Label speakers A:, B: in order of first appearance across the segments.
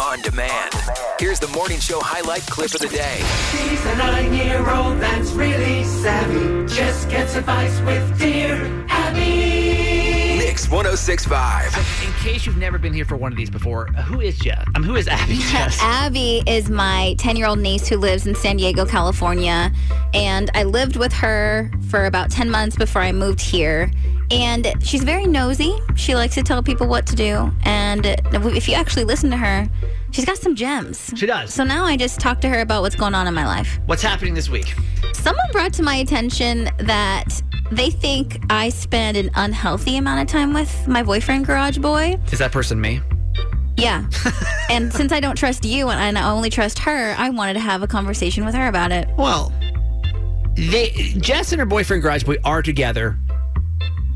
A: On demand. Here's the morning show highlight clip of the day.
B: She's a nine year old that's really savvy. Just gets advice with Dear Abby.
A: Mix 1065.
C: In case you've never been here for one of these before, who is Jess? Um, who is Abby Jess?
D: Abby is my 10 year old niece who lives in San Diego, California. And I lived with her for about 10 months before I moved here. And she's very nosy. She likes to tell people what to do. And if you actually listen to her, she's got some gems.
C: She does.
D: So now I just talk to her about what's going on in my life.
C: What's happening this week?
D: Someone brought to my attention that they think I spend an unhealthy amount of time with my boyfriend, Garage Boy.
C: Is that person me?
D: Yeah. and since I don't trust you and I only trust her, I wanted to have a conversation with her about it.
C: Well, they Jess and her boyfriend Garage Boy are together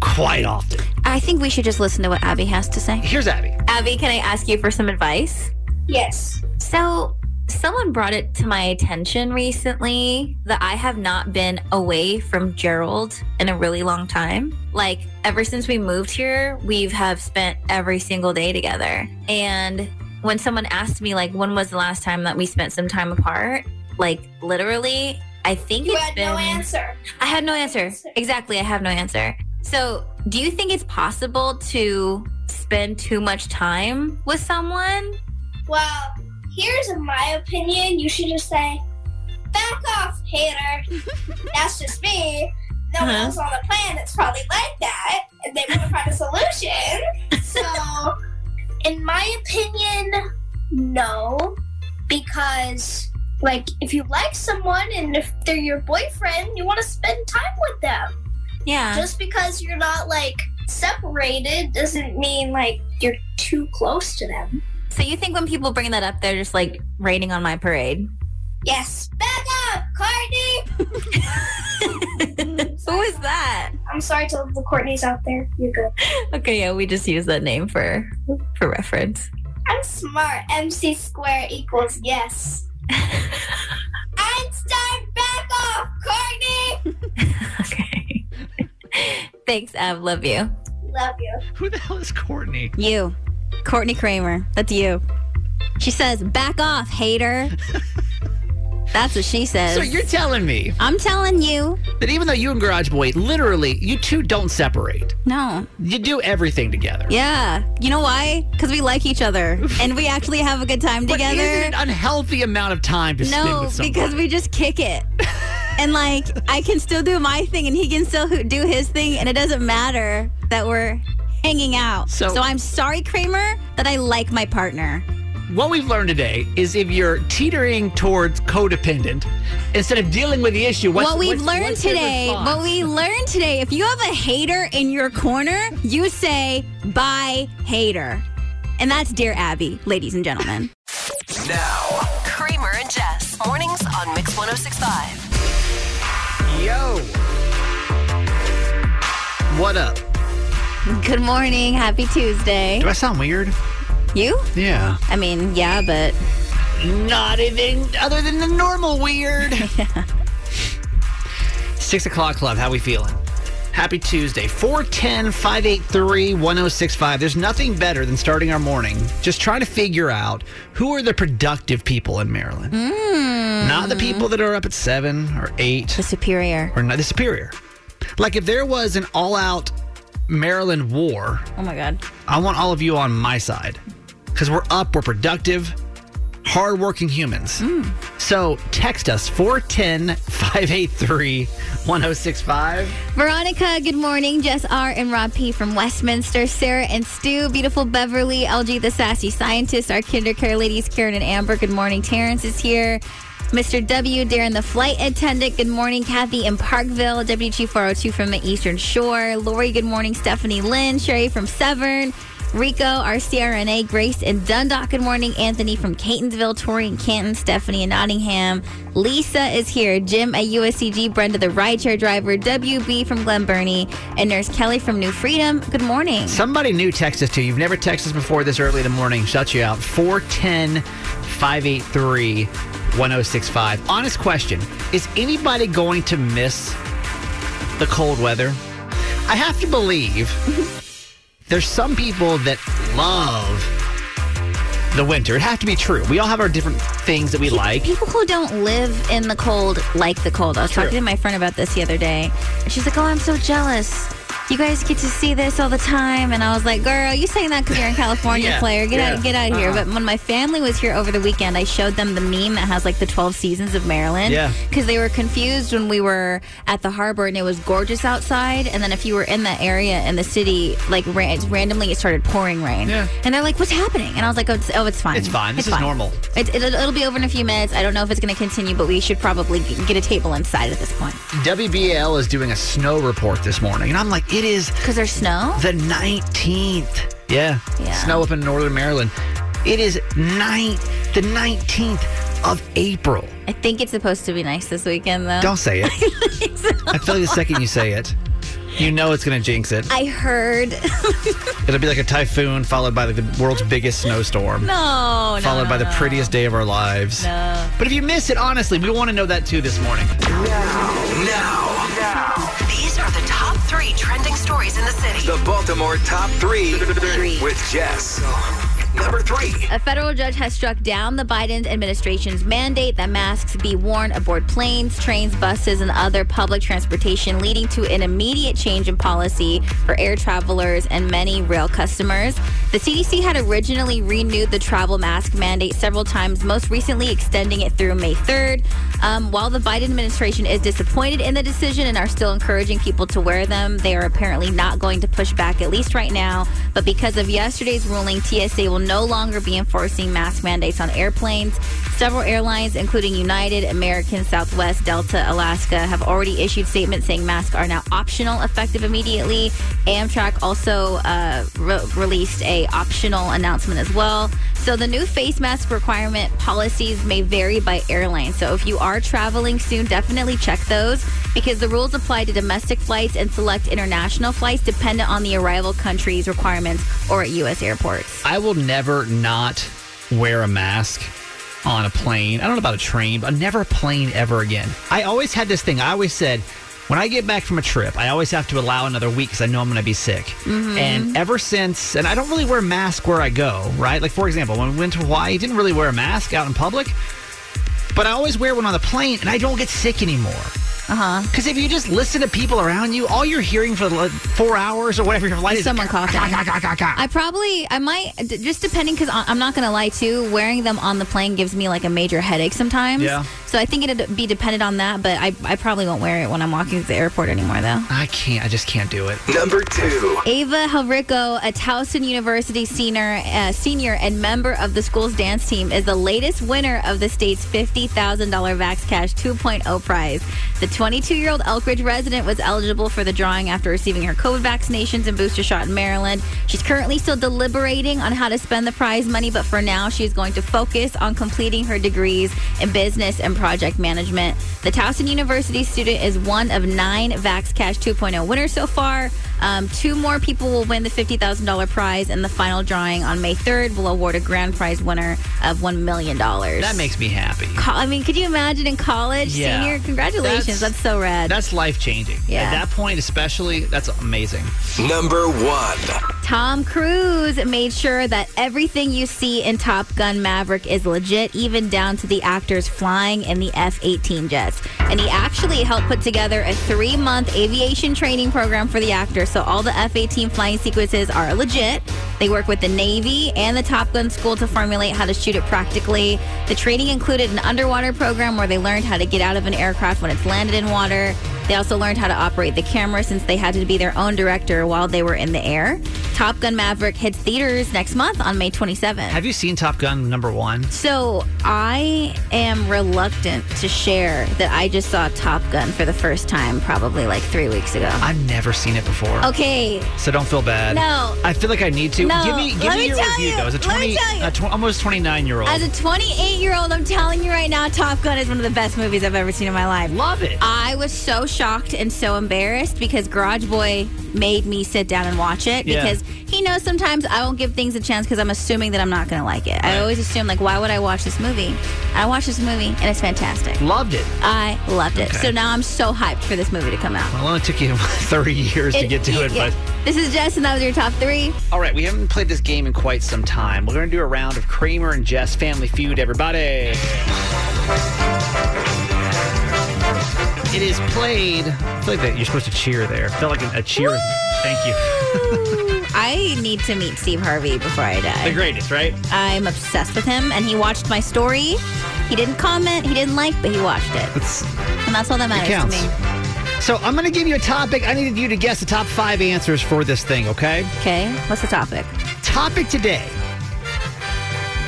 C: quite often.
D: I think we should just listen to what Abby has to say.
C: Here's Abby.
D: Abby, can I ask you for some advice?
E: Yes.
D: So, someone brought it to my attention recently that I have not been away from Gerald in a really long time. Like, ever since we moved here, we've have spent every single day together. And when someone asked me like when was the last time that we spent some time apart, like literally, I think
E: You
D: it's
E: had
D: been
E: no answer.
D: I have no answer. Exactly, I have no answer. So, do you think it's possible to spend too much time with someone?
E: Well, here's my opinion. You should just say, back off, hater. That's just me. No one
D: Uh-huh.
E: else on the planet's probably like that. And they want to find a solution. So, in my opinion, no. Because, like, if you like someone and if they're your boyfriend, you want to spend time with them.
D: Yeah.
E: Just because you're not like separated doesn't mean like you're too close to them.
D: So you think when people bring that up, they're just like raining on my parade?
E: Yes, back up, Courtney.
D: Who is that?
E: I'm sorry to the Courtneys out there. You're good.
D: Okay, yeah, we just use that name for for reference.
E: I'm smart. MC square equals yes. Einstein, back off, Courtney.
D: Okay. Thanks, Ab. Love you.
E: Love you.
C: Who the hell is Courtney?
D: You, Courtney Kramer. That's you. She says, "Back off, hater." That's what she says.
C: So you're telling me
D: I'm telling you,
C: that even though you and Garage Boy literally you two don't separate.
D: no.
C: You do everything together.
D: Yeah. You know why? Because we like each other and we actually have a good time
C: But
D: together.
C: isn't it an unhealthy amount of time to spend
D: No,
C: with someone?
D: because we just kick it. and like, I can still do my thing and he can still ho- do his thing, and it doesn't matter that we're hanging out.
C: So-
D: I'm sorry, Kramer, that I like my partner.
C: What we've learned today is if you're teetering towards codependent, instead of dealing with the issue, what's,
D: what we've
C: what's-
D: learned
C: what's your
D: today,
C: response?
D: what we learned today, if you have a hater in your corner, you say, bye, hater. And that's Dear Abby, ladies and gentlemen.
A: Now,
F: Kramer and Jess. Mornings on Mix 1065.
C: Yo. What up?
D: good morning. Happy Tuesday.
C: Do I sound weird?
D: You?
C: Yeah.
D: I mean, yeah, but
C: Not even other than the normal weird. Six o'clock club, how we feeling? Happy Tuesday. 410-583-1065. There's nothing better than starting our morning just trying to figure out who are the productive people in Maryland. Not the people that are up at seven or eight
D: the superior.
C: or not the superior. Like if there was an all-out Maryland war,
D: Oh my God.
C: I want all of you on my side because we're up, we're productive, hardworking humans. So text us 410 583 1065.
D: Veronica, good morning. Jess R. and Rob P. from Westminster. Sarah and Stu, beautiful Beverly. LG, the sassy scientist. Our kinder care ladies, Karen and Amber. Good morning. Terrence is here. Mr. W. Darren, the flight attendant. Good morning. Kathy in Parkville. WG402 from the Eastern Shore. Lori, good morning. Stephanie Lynn. Sherry from Severn. Rico, our CRNA, Grace in Dundalk, good morning. Anthony from Catonsville, Tori in Canton, Stephanie in Nottingham. Lisa is here. Jim at USCG, Brenda the rideshare driver, WB from Glen Burnie, and Nurse Kelly from New Freedom. Good morning.
C: Somebody new texted us too. You've never texted us before this early in the morning. Shut you out. 410 583 1065. Honest question Is anybody going to miss the cold weather? I have to believe there's some people that love the winter. It'd have to be true. We all have our different things that we like.
D: People who don't live in the cold like the cold. I was
C: True.
D: talking to my friend about this the other day. And she's like, Oh, I'm so jealous. You guys get to see this all the time. And I was like, Girl, you saying that because you're in California,
C: Yeah,
D: player. Get
C: yeah. Uh-huh.
D: out get out of here. But when my family was here over the weekend, I showed them the meme that has like the 12 seasons of Maryland.
C: Yeah.
D: Because they were confused when we were at the harbor and it was gorgeous outside. And then if you were in that area in the city, like ran- randomly it started pouring rain.
C: Yeah.
D: And they're like, What's happening? And I was like, Oh, it's, oh, it's fine.
C: It's fine. This is normal.
D: It, it'll, it'll be over in a few minutes. I don't know if it's going to continue, but we should probably g- get a table inside at this point.
C: WBL is doing a snow report this morning, and I'm like, it is
D: Because there's snow?
C: the 19th. Yeah.
D: Yeah.
C: Snow up in northern Maryland. It is ninth, the 19th of April.
D: I think it's supposed to be nice this weekend, though.
C: Don't say it. I feel like the second you say it, you know it's going to jinx it.
D: I heard.
C: It'll be like a typhoon followed by like the world's biggest snowstorm.
D: no, no.
C: Followed
D: no,
C: by the
D: no.
C: prettiest day of our lives.
D: No.
C: But if you miss it, honestly, we want to know that too this morning.
F: These are the top three trending stories in the city.
A: The Baltimore top three
F: Three.
A: with Jess. Number three.
D: A federal judge has struck down the Biden administration's mandate that masks be worn aboard planes, trains, buses, and other public transportation, leading to an immediate change in policy for air travelers and many rail customers. The CDC had originally renewed the travel mask mandate several times, most recently extending it through May 3rd. Um, while the Biden administration is disappointed in the decision and are still encouraging people to wear them, they are apparently not going to push back, at least right now. But because of yesterday's ruling, TSA will no longer be enforcing mask mandates on airplanes. Several airlines, including United, American, Southwest, Delta, Alaska, have already issued statements saying masks are now optional, effective immediately. Amtrak also uh, re- released a optional announcement as well. So the new face mask requirement policies may vary by airline. So if you are traveling soon, definitely check those because the rules apply to domestic flights and select international flights dependent on the arrival country's requirements or at U.S. airports.
C: I will never not wear a mask on a plane. I don't know about a train, but never a plane ever again. I always had this thing. I always said, when I get back from a trip, I always have to allow another week because I know I'm going to be sick. And ever since, and I don't really wear a mask where I go, right? Like, for example, when we went to Hawaii, didn't really wear a mask out in public, but I always wear one on the plane and I don't get sick anymore. Because if you just listen to people around you, all you're hearing for like, four hours or whatever your flight is
D: Someone coughing. I probably, I might, d- just depending, because I'm not going to lie too, wearing them on the plane gives me like a major headache sometimes.
C: Yeah.
D: So I think it'd be dependent on that, but I, I probably won't wear it when I'm walking to the airport anymore, though.
C: I can't. I just can't do it.
A: Number two.
D: Ava Havrico, a Towson University senior, uh, senior and member of the school's dance team, is the latest winner of the state's $50,000 Vax Cash 2.0 prize. The 22-year-old Elkridge resident was eligible for the drawing after receiving her COVID vaccinations and booster shot in Maryland. She's currently still deliberating on how to spend the prize money, but for now, she's going to focus on completing her degrees in business and project management. The Towson University student is one of nine Vax Cash 2.0 winners so far. Um, two more people will win the $50,000 prize, and the final drawing on May 3rd will award a grand prize winner of $1 million.
C: That makes me happy.
D: Co- I mean, could you imagine in college,
C: Yeah.
D: senior? Congratulations.
C: That's-
D: That's, so rad.
C: That's life changing.
D: Yeah.
C: At that point, especially, that's amazing.
A: Number one.
D: Tom Cruise made sure that everything you see in Top Gun Maverick is legit, even down to the actors flying in the F 18 jets. And he actually helped put together a three month aviation training program for the actors, so all the F 18 flying sequences are legit. They work with the Navy and the Top Gun School to formulate how to shoot it practically. The training included an underwater program where they learned how to get out of an aircraft when it's landed in water. They also learned how to operate the camera since they had to be their own director while they were in the air. Top Gun Maverick hits theaters next month on May 27th.
C: Have you seen Top Gun number one?
D: So I am reluctant to share that I just saw Top Gun for the first time probably like three weeks ago.
C: I've never seen it before.
D: Okay,
C: So don't feel bad.
D: Oh. No.
C: I feel like I need to.
D: No.
C: Give me, give
D: Let
C: me,
D: me
C: your
D: tell
C: review,
D: you.
C: though. As a
D: Let
C: 20,
D: me tell you.
C: a tw- almost 29 year old.
D: as a 28 year old, I'm telling you right now, Top Gun is one of the best movies I've ever seen in my life.
C: Love it.
D: I was so shocked and so embarrassed because Garage Boy made me sit down and watch it
C: Yeah.
D: because He knows sometimes I won't give things a chance because I'm assuming that I'm not going to like it. I always assume, like, why would I watch this movie? I watched this movie and it's fantastic.
C: Loved it.
D: I loved it.
C: Okay.
D: So now I'm so hyped for this movie to come out.
C: Well, it only took you 30 years to get to it,
D: yeah.
C: but.
D: This is Jess, and that was your top three.
C: All right, we haven't played this game in quite some time. We're going to do a round of Kramer and Jess Family Feud, everybody. It is played. I feel like that you're supposed to cheer there. Felt like a, a cheer. Thank you.
D: I need to meet Steve Harvey before I
C: The
D: die.
C: greatest, right?
D: I'm obsessed with him, and he watched my story. He didn't comment, he didn't like, but he watched it.
C: That's,
D: And that's all that matters
C: counts.
D: to me.
C: so I'm going to give you a topic. I needed you to guess the top five answers for this thing, okay?
D: Okay, what's the topic?
C: Topic today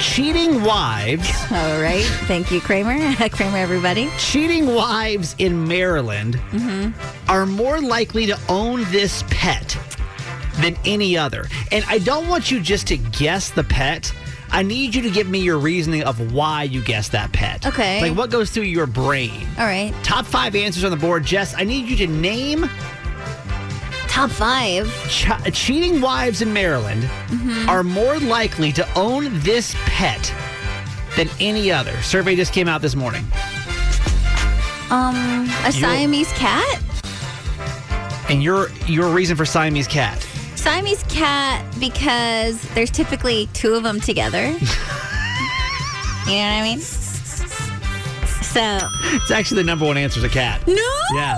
C: cheating wives.
D: All right, thank you, Kramer. Kramer, everybody.
C: cheating wives in Maryland are more likely to own this pet than any other. And I don't want you just to guess the pet. I need you to give me your reasoning of why you guessed that pet.
D: Okay.
C: Like what goes through your brain?
D: All right,
C: Top five answers on the board, Jess. I need you to name
D: top five.
C: ch- cheating wives in Maryland are more likely to own this pet than any other. Survey just came out this morning.
D: Um, a Siamese cat.
C: And your your reason for Siamese cat.
D: Siamese cat because there's typically two of them together. you know what I mean? So
C: It's actually the number one answer is a cat.
D: no.
C: Yeah.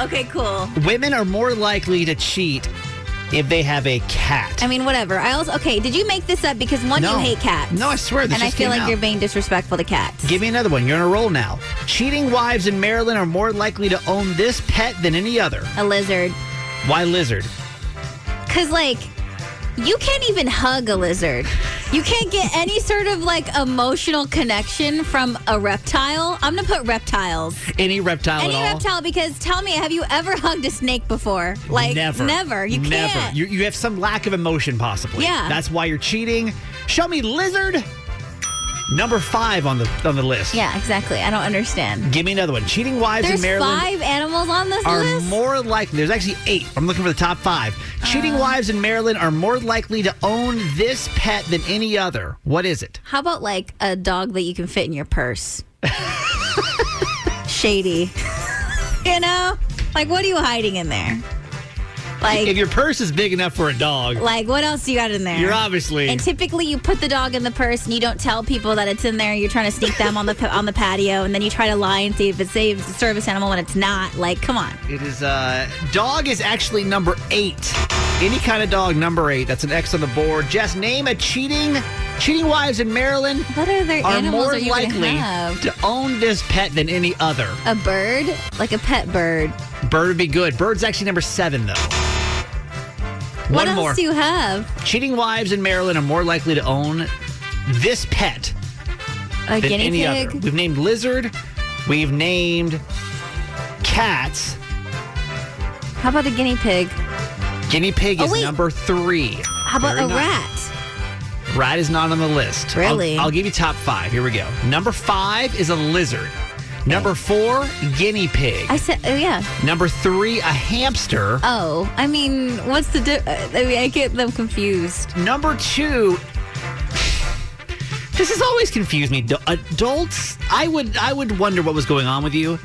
D: Okay, cool.
C: Women are more likely to cheat if they have a cat.
D: I mean, whatever. I also okay. Did you make this up? Because one, you hate cats.
C: No, I swear. This
D: and I
C: just came
D: feel like
C: out.
D: you're being disrespectful to cats.
C: Give me another one. You're on a roll now. Cheating wives in Maryland are more likely to own this pet than any other.
D: a lizard,
C: Why lizard?
D: because like you can't even hug a lizard. You can't get any sort of like emotional connection from a reptile. I'm gonna put reptiles.
C: Any reptile
D: Any
C: at all?
D: reptile, because tell me, have you ever hugged a snake before? Like
C: never,
D: You
C: never.
D: can't.
C: You, you have some lack of emotion, possibly.
D: Yeah.
C: That's why you're cheating. Show me lizard. Number five on the on the list.
D: yeah, exactly. I don't understand.
C: Give me another one. Cheating wives
D: There's
C: in Maryland.
D: five animals on this
C: are
D: list.
C: more likely. There's actually eight. I'm looking for the top five.
D: Uh.
C: Cheating wives in Maryland are more likely to own this pet than any other. What is it?
D: How about like a dog that you can fit in your purse? Shady. you know, like what are you hiding in there?
C: If
D: Like,
C: your purse is big enough for a dog,
D: like what else do you got in there?
C: you're obviously.
D: And typically, you put the dog in the purse, and you don't tell people that it's in there. You're trying to sneak them on the on the patio, and then you try to lie and see if it's safe. It's a service animal when it's not. Like, come on.
C: it is. Uh, dog is actually number eight. Any kind of dog, number eight. That's an X on the board. Jess, name a cheating cheating wives in Maryland
D: What other
C: are
D: animals
C: more
D: are you going to
C: likely
D: have?
C: to own this pet than any other.
D: A bird, like a pet bird.
C: Bird would be good. Bird's actually number seven though.
D: what
C: One
D: else
C: more.
D: do you have?
C: Cheating wives in Maryland are more likely to own this pet
D: A
C: than
D: guinea
C: any
D: pig.
C: other. We've named lizard. We've named cats.
D: How about a guinea pig?
C: Guinea pig
D: Oh,
C: is
D: wait.
C: number three.
D: How about
C: Very
D: a
C: nice.
D: rat?
C: Rat is not on the list. I'll-
D: Really?
C: I'll, give you top five. Here we go. Number five is a lizard. Number four, guinea pig.
D: I said, oh yeah.
C: Number three, a hamster.
D: Oh, I mean, what's the? Di- uh, I mean, I get them confused.
C: Number two. This has always confused me. Du- Adults, I would, I would wonder what was going on with you.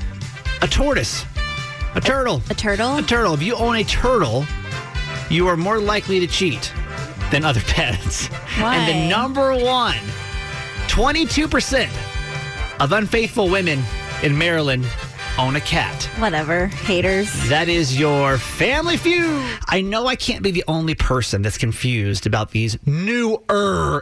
C: A tortoise, a turtle,
D: A turtle.
C: a turtle. If you own a turtle, you are more likely to cheat than other pets. And
D: Why?
C: the number one, 22% of unfaithful women in Maryland own a cat.
D: Whatever. Haters.
C: That is your family feud. I know I can't be the only person that's confused about these newer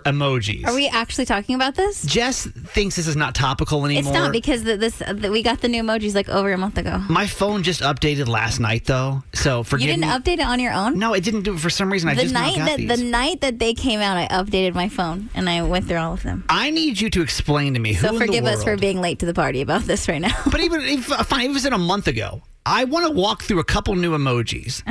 C: emojis.
D: Are we actually talking about this?
C: Jess thinks this is not topical anymore.
D: It's not because the, this uh, the, we got the new emojis like over a month ago.
C: my phone just updated last night, though. So forgive
D: You didn't
C: me.
D: update it on your own.
C: no, it didn't do it for some reason. I
D: the
C: just now
D: night
C: got
D: that
C: these.
D: the night that they came out, I updated my phone and I went through all of them.
C: I need you to explain to me who. in
D: So
C: the
D: forgive us for
C: world-
D: being late to the party about this right now.
C: But even if fine, if it was in a month ago,
D: Uh-huh.
C: I want to walk through a couple new emojis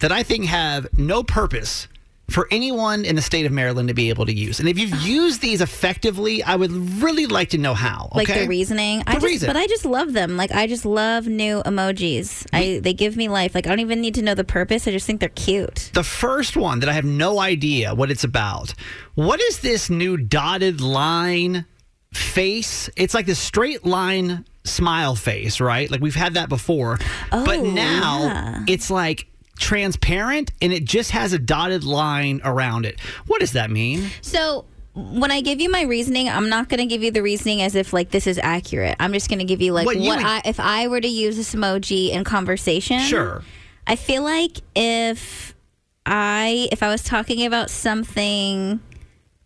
C: that I think have no purpose for anyone in the state of Maryland to be able to use. And if
D: Ah.
C: you've used these effectively, I would really like to know how. Okay?
D: Like the reasoning, I
C: The
D: just,
C: reason.
D: but I just love them. Like I just love new emojis.
C: Mm.
D: I they give me life. Like I don't even need to know the purpose. I just think they're cute.
C: The first one that I have no idea what it's about. What is this new dotted line face? It's like this straight line smile face, right? Like we've had that before. but
D: Oh,
C: now
D: yeah.
C: it's like transparent and it just has a dotted line around it. What does that mean?
D: So when I give you my reasoning, I'm not going to give you the reasoning as if like this is accurate. I'm just going to give you like
C: What
D: what,
C: you would-
D: I, if I were to use this emoji in conversation.
C: Sure.
D: I feel like if I if I was talking about something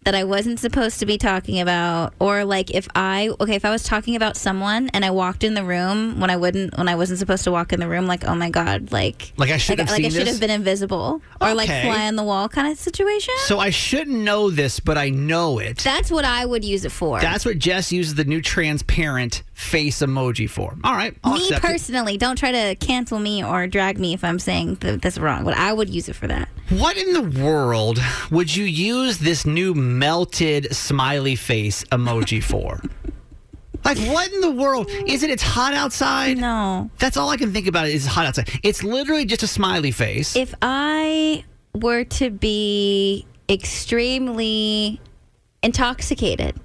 D: that I wasn't supposed to be talking about or like if I okay if I was talking about someone and I walked in the room when I wouldn't when I wasn't supposed to walk in the room like oh my god like
C: Like I should
D: like,
C: have
D: like
C: seen
D: I should
C: this.
D: have been invisible or like
C: Okay.
D: fly on the wall kind of situation
C: so I shouldn't know this, but I know it.
D: that's what I would use it for
C: That's what Jess uses the new transparent face emoji for. All right. I'll
D: me
C: accept it.
D: personally don't try to cancel me or drag me if I'm saying th- that's wrong but I would use it for that
C: What in the world would you use this new melted smiley face emoji for? like, what in the world? Is it it's hot outside?
D: no
C: That's all I can think about is hot outside. It's literally just a smiley face.
D: If I were to be extremely intoxicated,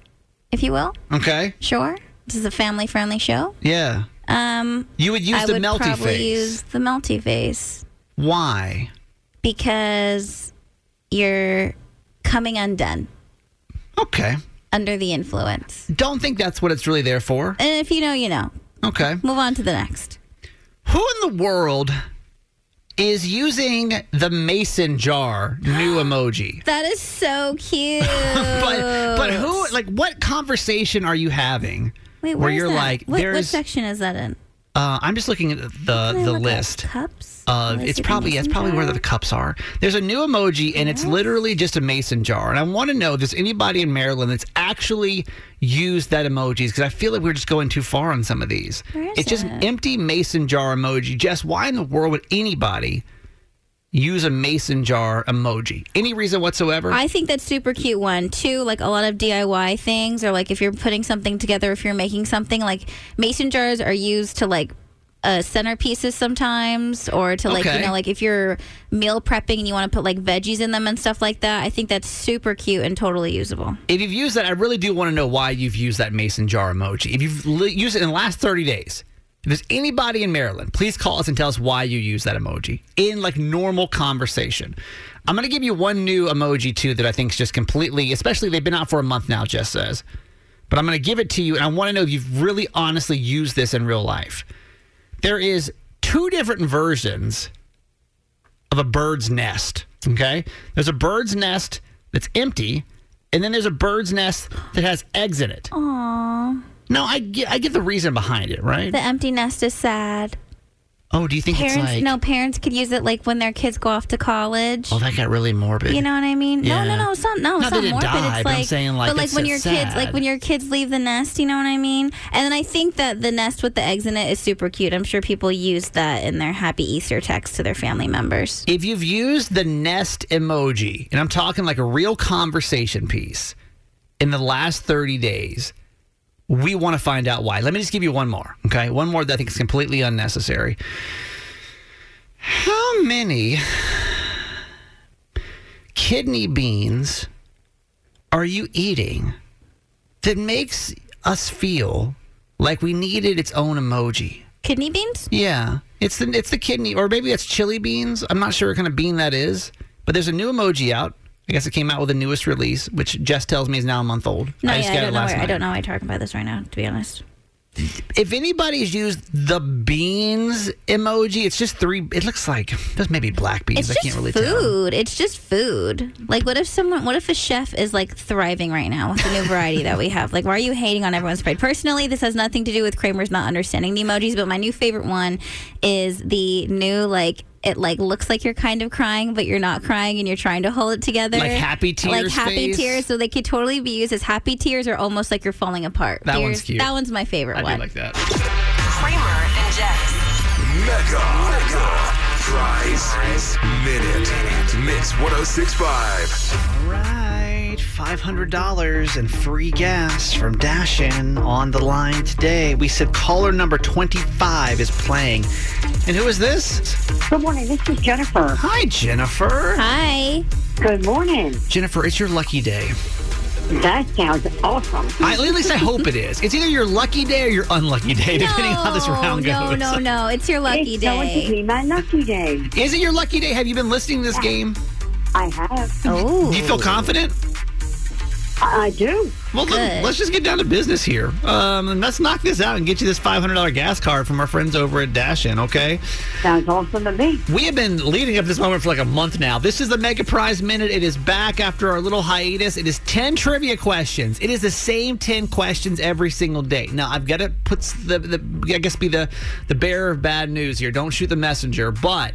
D: if you will,
C: okay.
D: sure. This is a family friendly show.
C: Yeah.
D: Um,
C: You would use
D: I
C: the
D: would
C: melty
D: probably
C: face.
D: use the melty face
C: Why?
D: because you're coming undone
C: Okay.
D: under the influence.
C: Don't think that's what it's really there for.
D: And if you know, you know.
C: Okay.
D: Move on to the next.
C: Who in the world is using the mason jar new emoji?
D: That is so cute.
C: But but who like what conversation are you having?
D: Wait,
C: where
D: where's
C: you're
D: that?
C: like
D: what, what
C: there's
D: section is that in?
C: uh, I'm just looking at the
D: Can I
C: the
D: look at
C: list.
D: Cups.
C: Uh,
D: Let's
C: it's
D: see the
C: probably yeah, it's probably where
D: messenger.
C: the cups are. There's a new emoji and it's literally just a mason jar. And I want to know if there's anybody in Maryland that's actually used that emoji because I feel like we're just going too far on some of these.
D: Where is
C: it's just an
D: it?
C: empty mason jar emoji. Jess, why in the world would anybody use a mason jar emoji? Any reason whatsoever?
D: I think that's super cute one. Two, like a lot of DIY things or like if you're putting something together, if you're making something, like mason jars are used to like uh, centerpieces sometimes or to like,
C: Okay.
D: you know, like if you're meal prepping and you want to put like veggies in them and stuff like that, I think that's super cute and totally usable.
C: If you've used that, I really do want to know why you've used that mason jar emoji. If you've li- used it in the last 30 days, if there's anybody in Maryland, please call us and tell us why you use that emoji in like normal conversation. I'm going to give you one new emoji too that I think is just completely, especially they've been out for a month now, Jess says. But I'm going to give it to you and I want to know if you've really honestly used this in real life. There is two different versions of a bird's nest. Okay. There's a bird's nest that's empty, and then there's a bird's nest that has eggs in it. Aww. No, I get, I get the reason behind it, right?
D: The empty nest is sad.
C: oh, do you think
D: Parents,
C: it's like,
D: no, parents could use it like when their kids go off to college.
C: oh, that got really morbid?
D: You know what I mean? No,
C: Yeah.
D: no, no. It's not. No,
C: Not
D: it's
C: that
D: not
C: it
D: morbid.
C: died,
D: it's
C: but
D: like,
C: I'm saying, like,
D: but like
C: it's
D: when
C: so
D: your kids,
C: sad.
D: like when your kids leave the nest. You know what I mean? And then I think that the nest with the eggs in it is super cute. I'm sure people use that in their Happy Easter text to their family members.
C: If you've used the nest emoji, and I'm talking like a real conversation piece in the last 30 days, we want to find out why. Let me just give you one more, okay? One more that I think is completely unnecessary. How many kidney beans are you eating that makes us feel like we needed its own emoji?
D: Kidney beans?
C: Yeah, it's the it's the kidney, or maybe it's chili beans. I'm not sure what kind of bean that is, but there's a new emoji out. I guess it came out with the newest release, which Jess tells me is now a month old.
D: No,
C: I
D: yeah,
C: just
D: I
C: got
D: don't
C: it
D: know.
C: last
D: Where,
C: night.
D: I don't know. Why I'm talking about this right now. To be honest,
C: If anybody's used the beans emoji, it's just three. It looks like there's maybe black beans.
D: it's
C: I
D: just
C: can't really tell.
D: food. It's just food. Like, what if someone? What if a chef is like thriving right now with the new variety that we have? Like, why are you hating on everyone's pride? Personally, this has nothing to do with Kramer's not understanding the emojis. But my new favorite one is the new like. It like looks like you're kind of crying, but you're not crying, and you're trying to hold it together.
C: Like happy
D: Like
C: tears
D: happy
C: face?
D: tears. So they could totally be used as happy tears, or almost like you're falling apart.
C: That
D: There's-
C: one's cute.
D: That one's my favorite one.
C: that.
F: Kramer and Jess.
A: Mega, mega,
G: Fry's Minute. Mix 1065.
C: All right, $500 and free gas from Dashin on the line today. We said caller number 25 is playing. And who is this?
H: Good morning. This is Jennifer.
C: Hi, Jennifer.
D: Hi.
H: Good morning.
C: Jennifer, it's your lucky day.
H: That sounds awesome.
C: I, at least I hope it is. It's either your lucky day or your unlucky day, depending on how this round goes.
D: No, no, no. It's your lucky
H: it's going to
D: day.
H: be my lucky day.
C: Is it your lucky day? Have you been listening to this game?
H: I have.
D: Oh.
C: Do you feel confident?
H: I I do.
C: Well, let,
D: Good.
C: let's just get down to business here. Um, and let's knock this out and get you this $500 gas card from our friends over at Dashin, okay?
H: Sounds awesome to me.
C: We have been leading up to this moment for like a month now. This is the Mega Prize Minute. It is back after our little hiatus. It is 10 trivia questions. It is the same 10 questions every single day. Now, I've got to put the, the I guess, be the, the bearer of bad news here. Don't shoot the messenger. But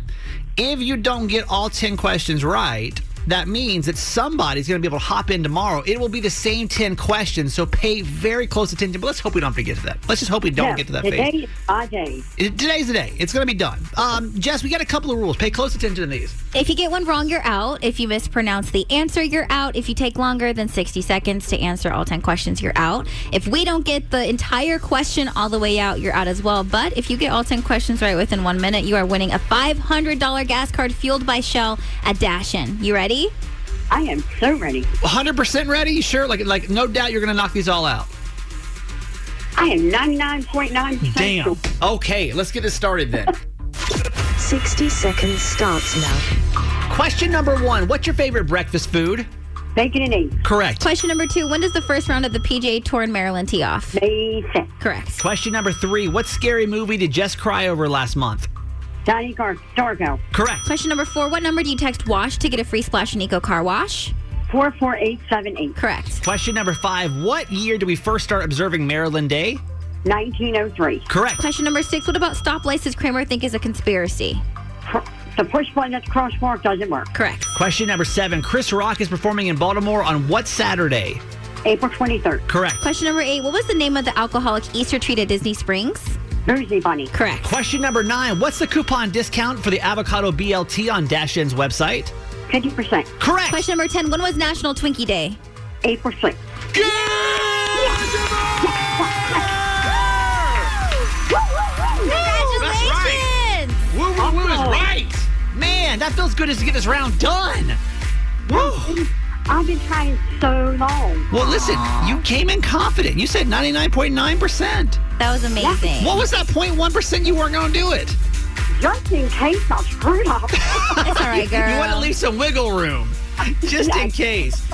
C: if you don't get all 10 questions right, that means that somebody's going to be able to hop in tomorrow. It will be the same 10 questions. So pay very close attention. But let's hope we don't have to get to that. Let's just hope we don't
H: Yeah,
C: get to that
H: Today
C: phase.
H: is my day.
C: It- Today's the day. It's going to be done. Um, Jess, we got a couple of rules. Pay close attention to these.
D: If you get one wrong, you're out. If you mispronounce the answer, you're out. If you take longer than 60 seconds to answer all 10 questions, you're out. If we don't get the entire question all the way out, you're out as well. But if you get all 10 questions right within one minute, you are winning a $500 gas card fueled by Shell at Dashin. You ready?
H: I am so ready.
C: 100% ready? You sure? Like, like no doubt you're going to knock these all out.
H: I am 99.9% sure.
C: Okay, let's get this started then.
I: 60 seconds starts now.
C: Question number one What's your favorite breakfast food?
H: Bacon and eggs.
C: Correct.
D: Question number two When does the first round of the PGA Tour in Maryland tee off?
H: May 6th.
D: Correct.
C: Question number three What scary movie did Jess cry over last month?
H: Donnie Gar- Darko.
C: Correct.
D: Question number four What number do you text WASH to get a free splash and eco car wash?
H: 44878.
D: Correct.
C: Question number five What year do we first start observing Maryland Day?
H: 1903.
C: Correct.
D: Question number six What about stoplights does Kramer think is a conspiracy?
H: Cr- The push button that's crosswalk doesn't work.
D: Correct.
C: Question number seven Chris Rock is performing in Baltimore on what Saturday?
H: April 23rd.
C: Correct.
D: Question number eight What was the name of the alcoholic Easter treat at Disney Springs?
H: Boozy Bunny.
D: Correct.
C: Question number nine What's the coupon discount for the avocado BLT on Dashin's website?
H: 50%.
C: Correct.
D: Question number 10 When was National Twinkie Day?
H: April 6th.
D: Congratulations!
C: Woo woo woo is
H: Awesome.
C: Oh, right. Man, that feels good as to get this round done. Woo.
H: I've been trying so long.
C: Well, listen, you came in confident. You said 99.9%.
D: That was amazing.
C: What was that 0.1% you weren't going to do it?
H: Just in case I screwed up.
D: It's all right, girl.
C: You want to leave some wiggle room just in
H: Yes.
C: case.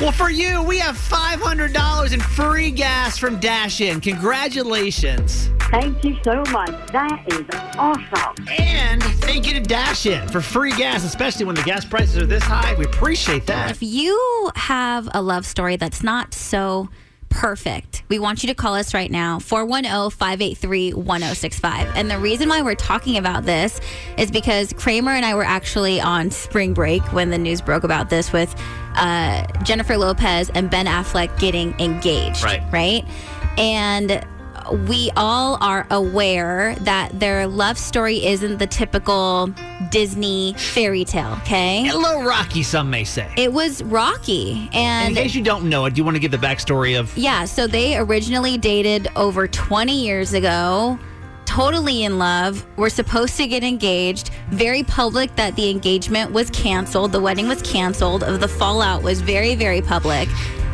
C: Well, for you, we have $500 in free gas from Dashin. Congratulations.
H: Thank you so much. That is awesome.
C: And thank you to Dashin for free gas, especially when the gas prices are this high. We appreciate that.
D: If you have a love story that's not so perfect, we want you to call us right now oh, 410-583-1065. And the reason why we're talking about this is because Kramer and I were actually on spring break when the news broke about this with uh, Jennifer Lopez and Ben Affleck getting engaged,
C: Right.
D: right? And we all are aware that their love story isn't the typical Disney fairy tale, okay?
C: A little rocky, some may say.
D: It was Rocky.
C: In
D: And
C: case you don't know it, do you want to give the backstory of
D: yeah, so they originally dated over 20 years ago, totally in love, were supposed to get engaged, very public that the engagement was canceled, the wedding was canceled, the fallout was very, very public.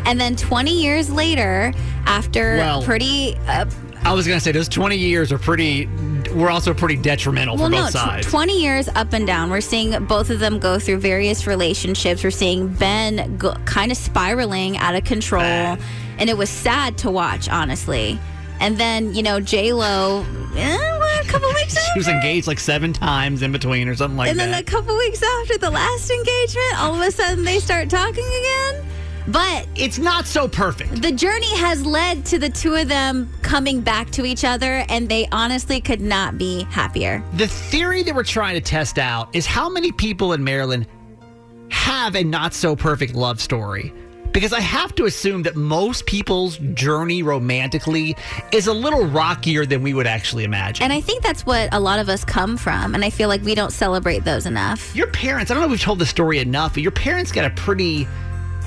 D: And then 20 years later, after
C: Well-
D: pretty uh,
C: I was gonna say those twenty years are pretty. Were also pretty detrimental for both
D: tw-
C: sides.
D: 20 years up and down. We're seeing both of them go through various relationships. We're seeing Ben go, kind of spiraling out of control. And it was sad to watch, honestly. And then, you know, J-Lo, eh, what, a couple weeks
C: she was
D: after?
C: engaged like seven times in between or something like
D: And then a
C: that.
D: couple weeks after the last engagement, all of a sudden they start talking again. But
C: it's not so perfect.
D: the journey has led to the two of them coming back to each other, and they honestly could not be happier.
C: The theory that we're trying to test out is how many people in Maryland have a not so perfect love story. Because I have to assume that most people's journey romantically is a little rockier than we would actually imagine.
D: And I think that's what a lot of us come from. And I feel like we don't celebrate those enough.
C: your parents, I don't know if we've told the story enough, but your parents got a pretty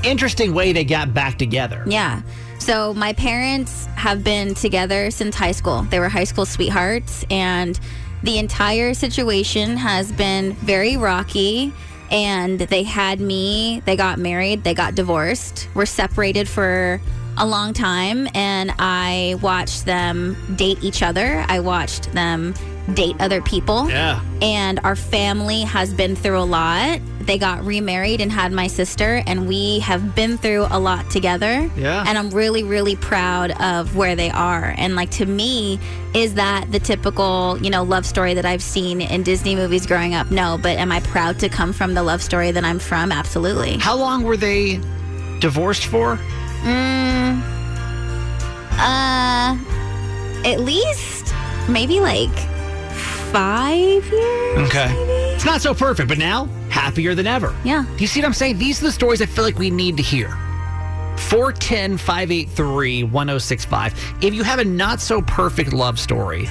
C: interesting way they got back together.
D: Yeah. So my parents have been together since high school. They were high school sweethearts, and the entire situation has been very rocky. And they had me, they got married, they got divorced, were separated for a long time, and I watched them date each other. I watched them date other people
C: Yeah.
D: and our family has been through a lot. They got remarried and had my sister, and we have been through a lot together.
C: Yeah.
D: And I'm really, really proud of where they are. And like to me, is that the typical, you know, love story that I've seen in Disney movies growing up? No, but am I proud to come from the love story that I'm from? Absolutely.
C: How long were they divorced for?
D: Mm, uh, at least maybe like five years. maybe?
C: It's not so perfect, but now happier than ever.
D: Yeah.
C: Do you see what I'm saying? These are the stories I feel like we need to hear. 410 583 1065. If you have a not so perfect love story,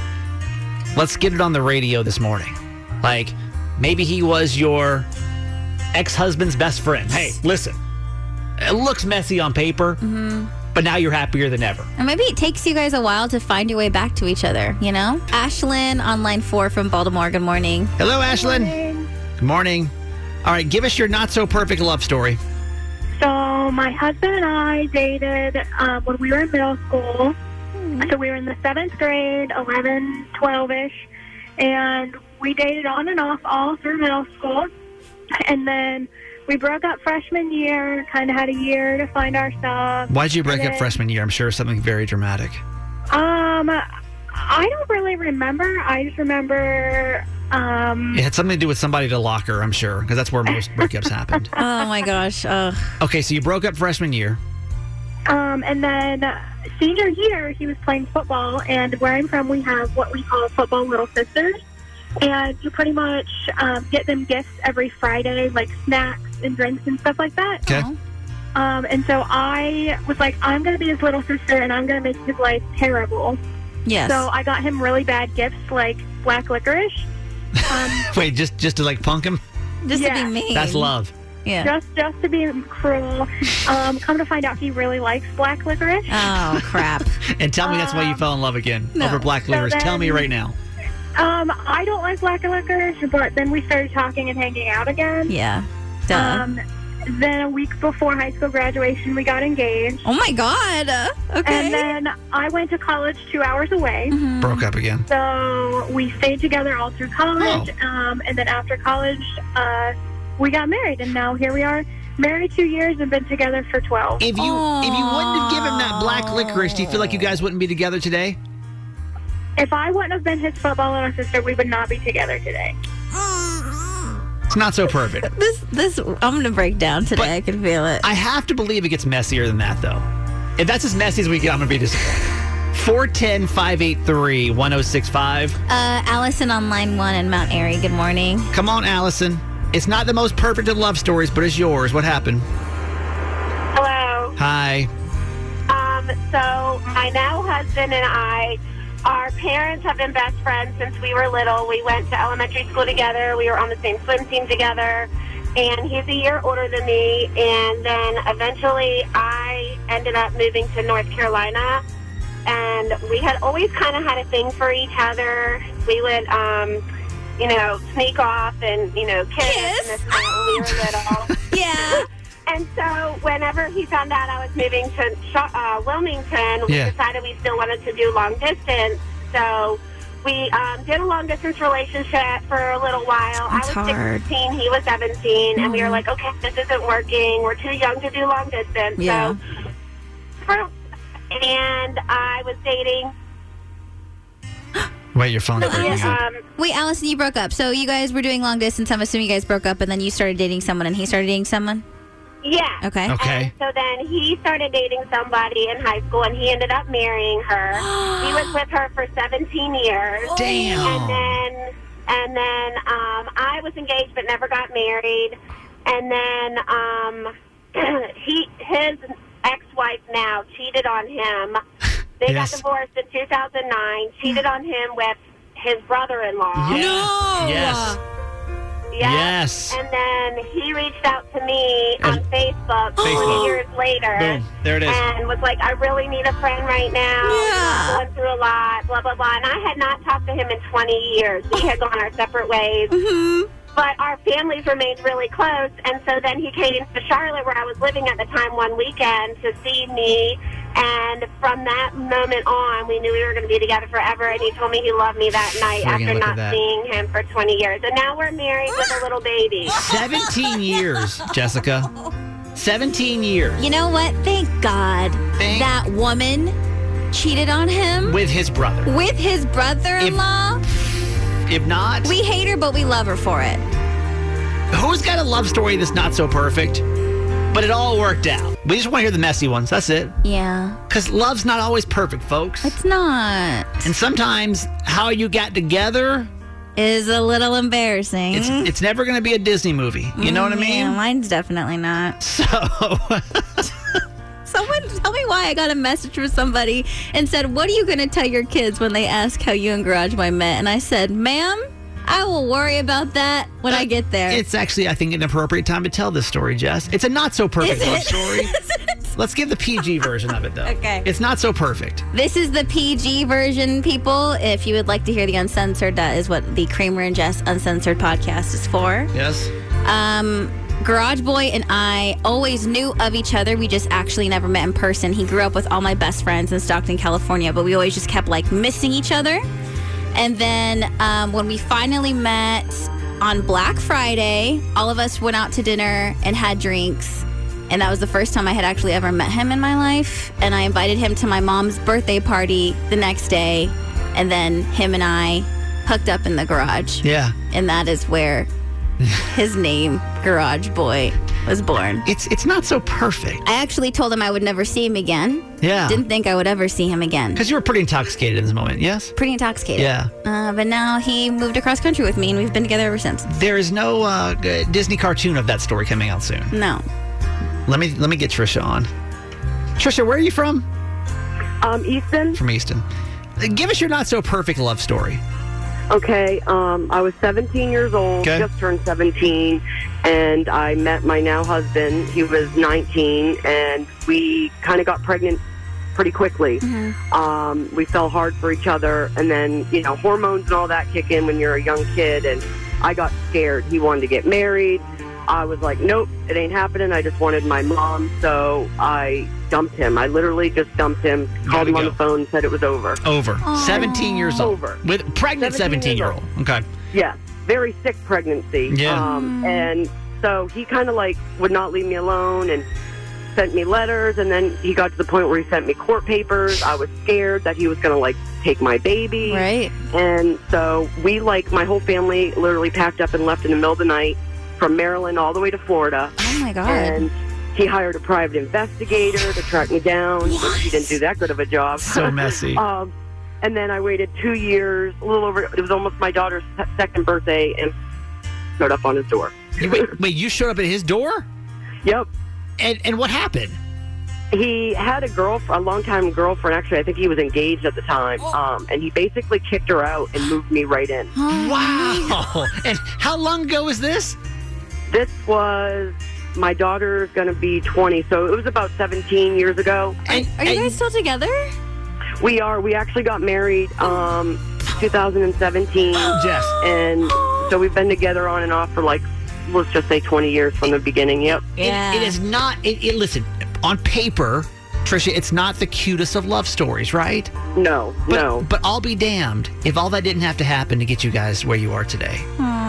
C: let's get it on the radio this morning. Like, maybe he was your ex husband's best friend. Hey, listen, it looks messy on paper, but now you're happier than ever.
D: And maybe it takes you guys a while to find your way back to each other, you know? Ashlyn on line four from Baltimore. Good morning.
C: Hello, Ashlyn. Good morning. All right, give us your not so perfect love story.
J: So my husband and I dated um, when we were in middle school.
H: Mm-hmm.
J: So we were in the seventh grade, 11, 12-ish. And we dated on and off all through middle school. And then we broke up freshman year, kind of had a year to find ourselves.
C: Why'd you break
J: And
C: up
H: uh,
J: then-
C: freshman year? I'm sure something very dramatic.
J: Um, I don't really remember. I just remember... Um,
C: It had something to do with somebody to locker, I'm sure, because that's where most breakups happened.
D: Oh my gosh. Ugh.
C: Okay, so you broke up freshman year.
J: Um, and then uh, senior year, he was playing football, and where I'm from, we have what we call football little sisters, and you pretty much um, get them gifts every Friday, like snacks and drinks and stuff like that.
C: Okay.
D: Oh.
J: Um, and so I was like, I'm going to be his little sister, and I'm going to make his life terrible.
D: Yes.
J: So I got him really bad gifts, like black licorice. Um,
C: Wait, just just to like punk him?
D: Just to
J: yeah.
D: be mean.
C: That's love.
D: Yeah.
J: just just to be cruel. Um, come to find out, he really likes black licorice.
D: Oh, crap.
C: And tell me that's why you fell in love again
D: no.
C: over black
J: So
C: livers. tell me
J: then-
C: right now.
J: Um, I don't like black licorice, but then we started talking and hanging out again.
D: Yeah. Duh.
J: Um, then a week before high school graduation, we got engaged.
D: oh my God. Uh, Okay.
J: And then I went to college two hours away.
D: Mhm.
C: Broke up again.
J: So we stayed together all through college. Um, and then after college, uh, we got married. And now here we are, married two years and been together for 12.
C: If you if you wouldn't have given that black licorice, do you feel like you guys wouldn't be together today?
J: If I wouldn't have been his football little sister, we would not be together today.
C: It's not so perfect.
D: This, this, I'm going to break down today.
C: But-
D: I can feel it.
C: I have to believe it gets messier than that, though. If that's as messy as we get, I'm going to be disappointed. 410 583 1065.
D: Uh, Allison on line one in Mount Airy. Good morning.
C: Come on, Allison. It's not the most perfect of love stories, but it's yours. What happened?
J: Hello.
C: Hi.
J: Um, so my now husband and I, our parents have been best friends since we were little. We went to elementary school together. We were on the same swim team together. And he's a year older than me. And then eventually I ended up moving to North Carolina. And we had always kind of had a thing for each other. We would, um, you know, sneak off and, you know, kiss,
D: Kiss?
J: and this and that when we were little.
D: Yeah.
J: And so, whenever he found out I was moving to Sh- uh, Wilmington, we
C: Yeah.
J: decided we still wanted to do long distance. So, we um, did a long distance relationship for a little while.
D: That's
J: I was
D: hard. Mm-hmm.
J: 16, he was 17, and we were like, okay, this isn't working. We're too young to do long distance.
D: Yeah.
J: So, for, and I was dating.
C: Wait, your phone.
J: Um,
D: Wait, Allison, you broke up. So you guys were doing long distance. I'm assuming you guys broke up and then you started dating someone and he started dating someone.
J: yeah.
D: Okay.
C: Okay.
J: And so then he started dating somebody in high school, and he ended up marrying her. he was with her for 17 years. And
C: Damn.
J: then, and then um, I was engaged but never got married. And then um, he his ex-wife now cheated on him. They
C: Yes.
J: got divorced in 2009. Cheated on him with his brother-in-law.
C: No. Yes. Yes.
J: And then he reached out to me on
C: And-
J: Facebook,
C: Facebook.
J: 20 years later.
C: Boom. There it is.
J: And was like, I really need a friend right now.
D: Yeah.
J: Going through a lot, blah, blah, blah. And I had not talked to him in 20 years. We had gone our separate ways.
D: Mm-hmm.
J: But our families remained really close. And so then he came to Charlotte, where I was living at the time, one weekend to see me. And from that moment on, we knew we were going to be together forever. And he told me he loved me that night
C: Friggin'
J: after
C: look at
J: not
C: that.
J: seeing him for 20 years. And now we're married with a little baby.
C: 17 years, Jessica. 17 years
D: You know what? Thank God
C: Thank-
D: that woman cheated on him
C: with his brother.
D: with his brother in law.
C: If not,
D: We hate her, but we love her for it.
C: who's got a love story that's not so perfect? But it all worked out. We just want to hear the messy ones. That's it.
D: Yeah.
C: Because love's not always perfect, folks.
D: It's not.
C: And sometimes how you got together,
D: Is a little embarrassing. Mm,
C: it's it's never going to be a Disney movie. You know what I
D: Yeah,
C: mean?
D: mine's definitely not.
C: So,
D: Someone tell me why I got a message from somebody and said, What are you going to tell your kids when they ask how you and Garage Boy met? And I said, Ma'am, I will worry about that when I get there.
C: it's actually, I think, an appropriate time to tell this story, Jess. It's a not so perfect
D: Is
C: love
D: it?
C: story. Let's give the PG version of it, though.
D: Okay.
C: It's not so perfect.
D: This is the PG version, people. If you would like to hear the uncensored, that is what the Kramer and Jess Uncensored podcast is for.
C: Yes?
D: Um, Garage Boy and I always knew of each other. We just actually never met in person. He grew up with all my best friends in Stockton, California, but we always just kept like missing each other. And then um, when we finally met on Black Friday, all of us went out to dinner and had drinks. And that was the first time I had actually ever met him in my life. And I invited him to my mom's birthday party the next day. And then him and I hooked up in the garage
C: Yeah.
D: and that is where his name, Garage Boy, was born.
C: It's it's not so perfect.
D: I actually told him I would never see him again.
C: Yeah.
D: Didn't think I would ever see him again.
C: Because you were pretty intoxicated in this moment, yes?
D: Pretty intoxicated.
C: Yeah.
D: Uh, but now he moved across country with me, and we've been together ever since.
C: There is no uh, g- Disney cartoon of that story coming out soon.
D: No.
C: Let me let me get Trisha on. Trisha, where are you from?
H: Um, Easton,
C: From Easton. Uh, Give us your not so perfect love story.
H: okay, um, I was 17 years old,
C: Okay.
H: just turned 17, and I met my now husband. He was 19, and we kind of got pregnant pretty quickly. Um, we fell hard for each other, and then, you know, hormones and all that kick in when you're a young kid, and I got scared. He wanted to get married. I was like, nope, it ain't happening. I just wanted my mom, so I dumped him. I literally just dumped him, called
C: we
H: him on
C: go.
H: the phone, said it was over.
C: Over. 17 years old.
H: Over.
C: With pregnant 17
H: 17
C: year
H: years
C: old. Okay.
H: Yeah, very sick pregnancy.
C: Yeah.
D: Mm-hmm.
H: Um, and so he kind of like would not leave me alone and sent me letters. And then he got to the point where he sent me court papers. I was scared that he was going to like take my baby.
D: Right.
H: And so we like, my whole family literally packed up and left in the middle of the night from Maryland all the way to Florida.
D: Oh my God.
H: And he hired a private investigator to track me down.
D: What?
H: He didn't do that good of a job.
C: So messy.
H: Um, and then I waited two years, a little over. It was almost my daughter's se- second birthday, and showed up on his door.
C: You- wait, wait, you showed up at his door?
H: Yep,
C: And and what happened?
H: he had a girlfriend, a longtime girlfriend. Actually, I think he was engaged at the time, um, and he basically kicked her out and moved me right in.
D: Uh,
C: Wow. And how long ago was this?
H: This was my daughter's going to be 20, so it was about 17 years ago.
C: And,
D: Are you
C: and-
D: guys still together?
H: We are. We actually got married um, 2017.
C: Jess,
H: and so we've been together on and off for like let's just say 20 years from the beginning yep
C: It-
D: Yeah.
C: it is not. It, it listen on paper, Trisha. It's not the cutest of love stories, right?
H: no
C: But,
H: no
C: But I'll be damned if all that didn't have to happen to get you guys where you are today.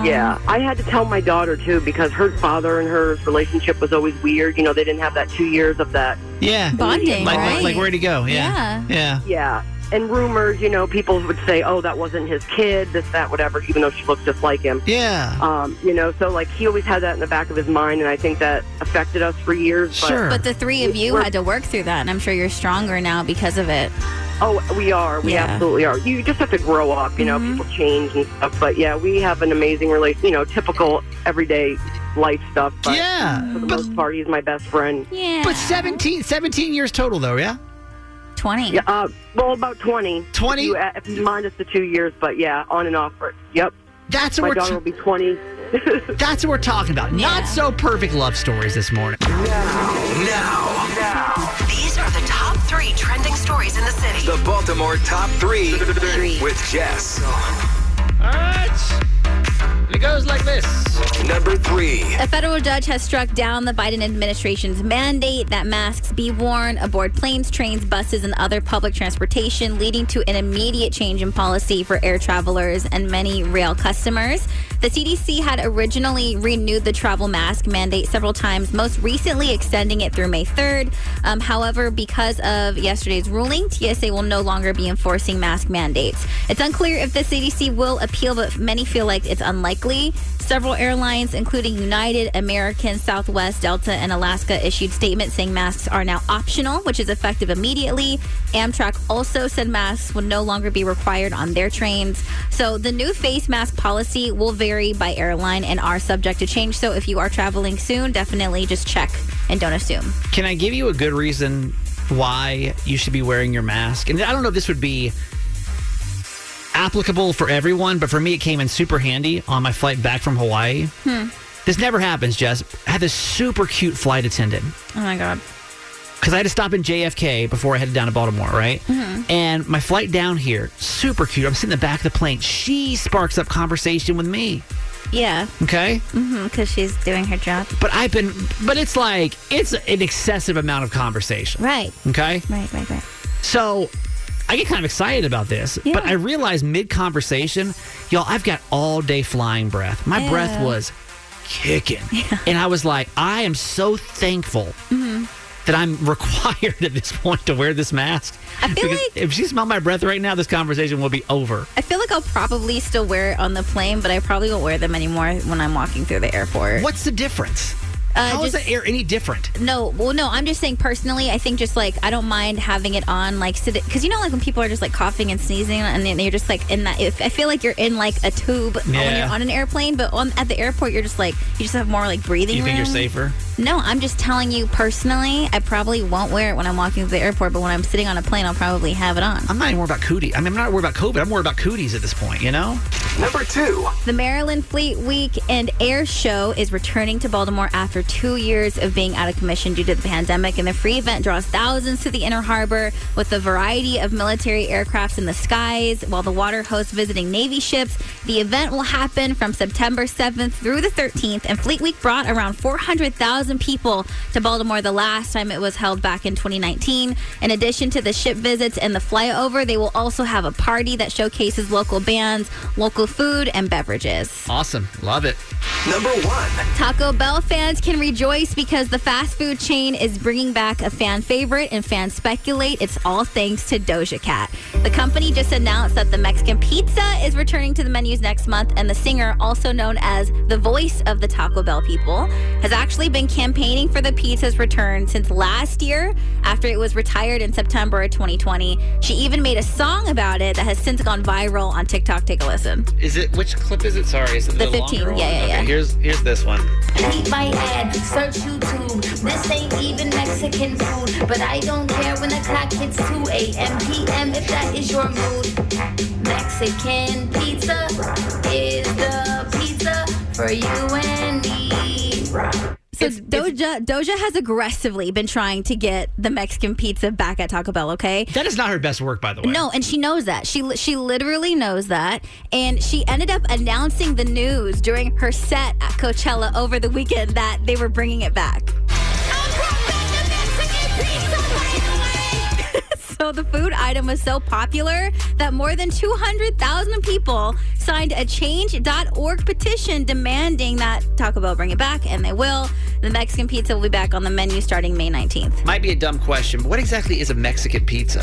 H: yeah i had to tell my daughter too because her father and her relationship was always weird you know they didn't have that two years of that
C: Yeah.
D: Bonding,
C: Like,
D: right?
C: like like where to go? Yeah. Yeah.
H: yeah and rumors you know people would say oh that wasn't his kid this that whatever even though she looked just like him
C: Yeah.
H: um, you know so like he always had that in the back of his mind and i think that affected us for years but
C: sure.
D: But the three of you
H: We're-
D: had to work through that, and I'm sure you're stronger now because of it.
H: Oh, we are. We
D: Yeah.
H: absolutely are. You just have to grow up. You know, people change and stuff. But yeah, we have an amazing relation. You know, typical everyday life stuff. But
C: Yeah,
H: For the most part, he's my best friend.
D: Yeah.
C: But 17, 17 years total, though, yeah?
D: 20.
H: Yeah, uh, well, about 20.
C: 20?
H: If you, uh, if you minus the two years, but yeah, on and off. Or, yep.
C: That's
H: my
C: what
H: daughter
C: we're,
H: will be 20.
C: that's what we're talking about. Not so perfect love stories this morning.
A: Now,
F: These are the top three trending stories in the city.
A: the Baltimore Top 3 with Jess.
C: All right. It goes like this.
A: Number 3.
D: A federal judge has struck down the Biden administration's mandate that masks be worn aboard planes, trains, buses, and other public transportation, leading to an immediate change in policy for air travelers and many rail customers. The CDC had originally renewed the travel mask mandate several times, most recently extending it through May 3rd. Um, however, because of yesterday's ruling, TSA will no longer be enforcing mask mandates. It's unclear if the CDC will appeal, but many feel like it's unlikely. Several airlines, including United, American, Southwest, Delta, and Alaska, issued statements saying masks are now optional, which is effective immediately. Amtrak also said masks will no longer be required on their trains. So the new face mask policy will vary by airline and are subject to change. So if you are traveling soon, definitely just check and don't assume.
C: Can I give you a good reason why you should be wearing your mask? And I don't know if this would be applicable for everyone, but for me, it came in super handy on my flight back from Hawaii.
D: Hmm.
C: This never happens, Jess. I had this super cute flight attendant
D: Oh my God.
C: because I had to stop in JFK before I headed down to Baltimore, right?
D: Mm-hmm.
C: And my flight down here, super cute. I'm sitting in the back of the plane. She sparks up conversation with me,
D: Yeah,
C: okay?
D: because she's doing her job.
C: But I've been, but it's like, it's an excessive amount of conversation,
D: Right,
C: okay?
D: right, right, right.
C: So I get kind of excited about this,
D: Yeah.
C: but I realized mid conversation, y'all, I've got all day flying breath. My breath
D: Ew.
C: was kicking. And I was like, I am so thankful.
D: Mm-hmm.
C: That I'm required at this point to wear this mask.
D: I feel
C: Because
D: like-
C: if she smelled my breath right now, this conversation will be over.
D: I feel like I'll probably still wear it on the plane, but I probably won't wear them anymore when I'm walking through the airport.
C: What's the difference?
D: Uh,
C: How is
D: just-
C: the air any different?
D: No, well, no, I'm just saying personally, I think just like I don't mind having it on, like, because you know, like when people are just like coughing and sneezing and then you're just like in that, if, I feel like you're in like a tube when
C: Yeah.
D: you're on an airplane, but on, at the airport, you're just like, you just have more like breathing
C: You think you're
D: room.
C: safer?
D: No, I'm just telling you personally, I probably won't wear it when I'm walking through the airport, but when I'm sitting on a plane, I'll probably have it on.
C: I'm not even worried about cootie. I mean, I'm not worried about COVID. I'm worried about cooties at this point, you know?
A: Number 2.
D: The Maryland Fleet Week and Air Show is returning to Baltimore after two years of being out of commission due to the pandemic. And the free event draws thousands to the Inner Harbor with a variety of military aircrafts in the skies, while the water hosts visiting Navy ships. The event will happen from September 7th through the 13th. And Fleet Week brought around 400,000 people to Baltimore the last time it was held back in 2019. In addition to the ship visits and the flyover, they will also have a party that showcases local bands, local food, and beverages.
C: Awesome. Love it.
A: Number 1.
D: Taco Bell fans can rejoice because the fast food chain is bringing back a fan favorite, and fans speculate it's all thanks to Doja Cat. The company just announced that the Mexican pizza is returning to the menus next month, and the singer, also known as the voice of the Taco Bell people, has actually been campaigning for the pizza's return since last year after it was retired in September of 2020. She even made a song about it that has since gone viral on TikTok. Take a listen.
C: Is it which clip is it? Sorry, is it
D: The the longer 15, yeah, one? yeah, Okay, yeah.
C: Here's here's this one.
K: Delete my ad, search YouTube. This ain't even Mexican food, but I don't care when the clock hits 2 a.m. p.m. if that is your mood. Mexican pizza is the pizza for you and me.
D: So Doja Doja has aggressively been trying to get the Mexican pizza back at Taco Bell. Okay.
C: That is not her best work, by the way.
D: No, and she knows that. She li- she literally knows that, and she ended up announcing the news during her set at Coachella over the weekend that they were bringing it back. So the food item was so popular that more than 200,000 people signed a change.org petition demanding that Taco Bell bring it back, and they will. The Mexican pizza will be back on the menu starting May 19th.
C: Might be a dumb question, but what exactly is a Mexican pizza?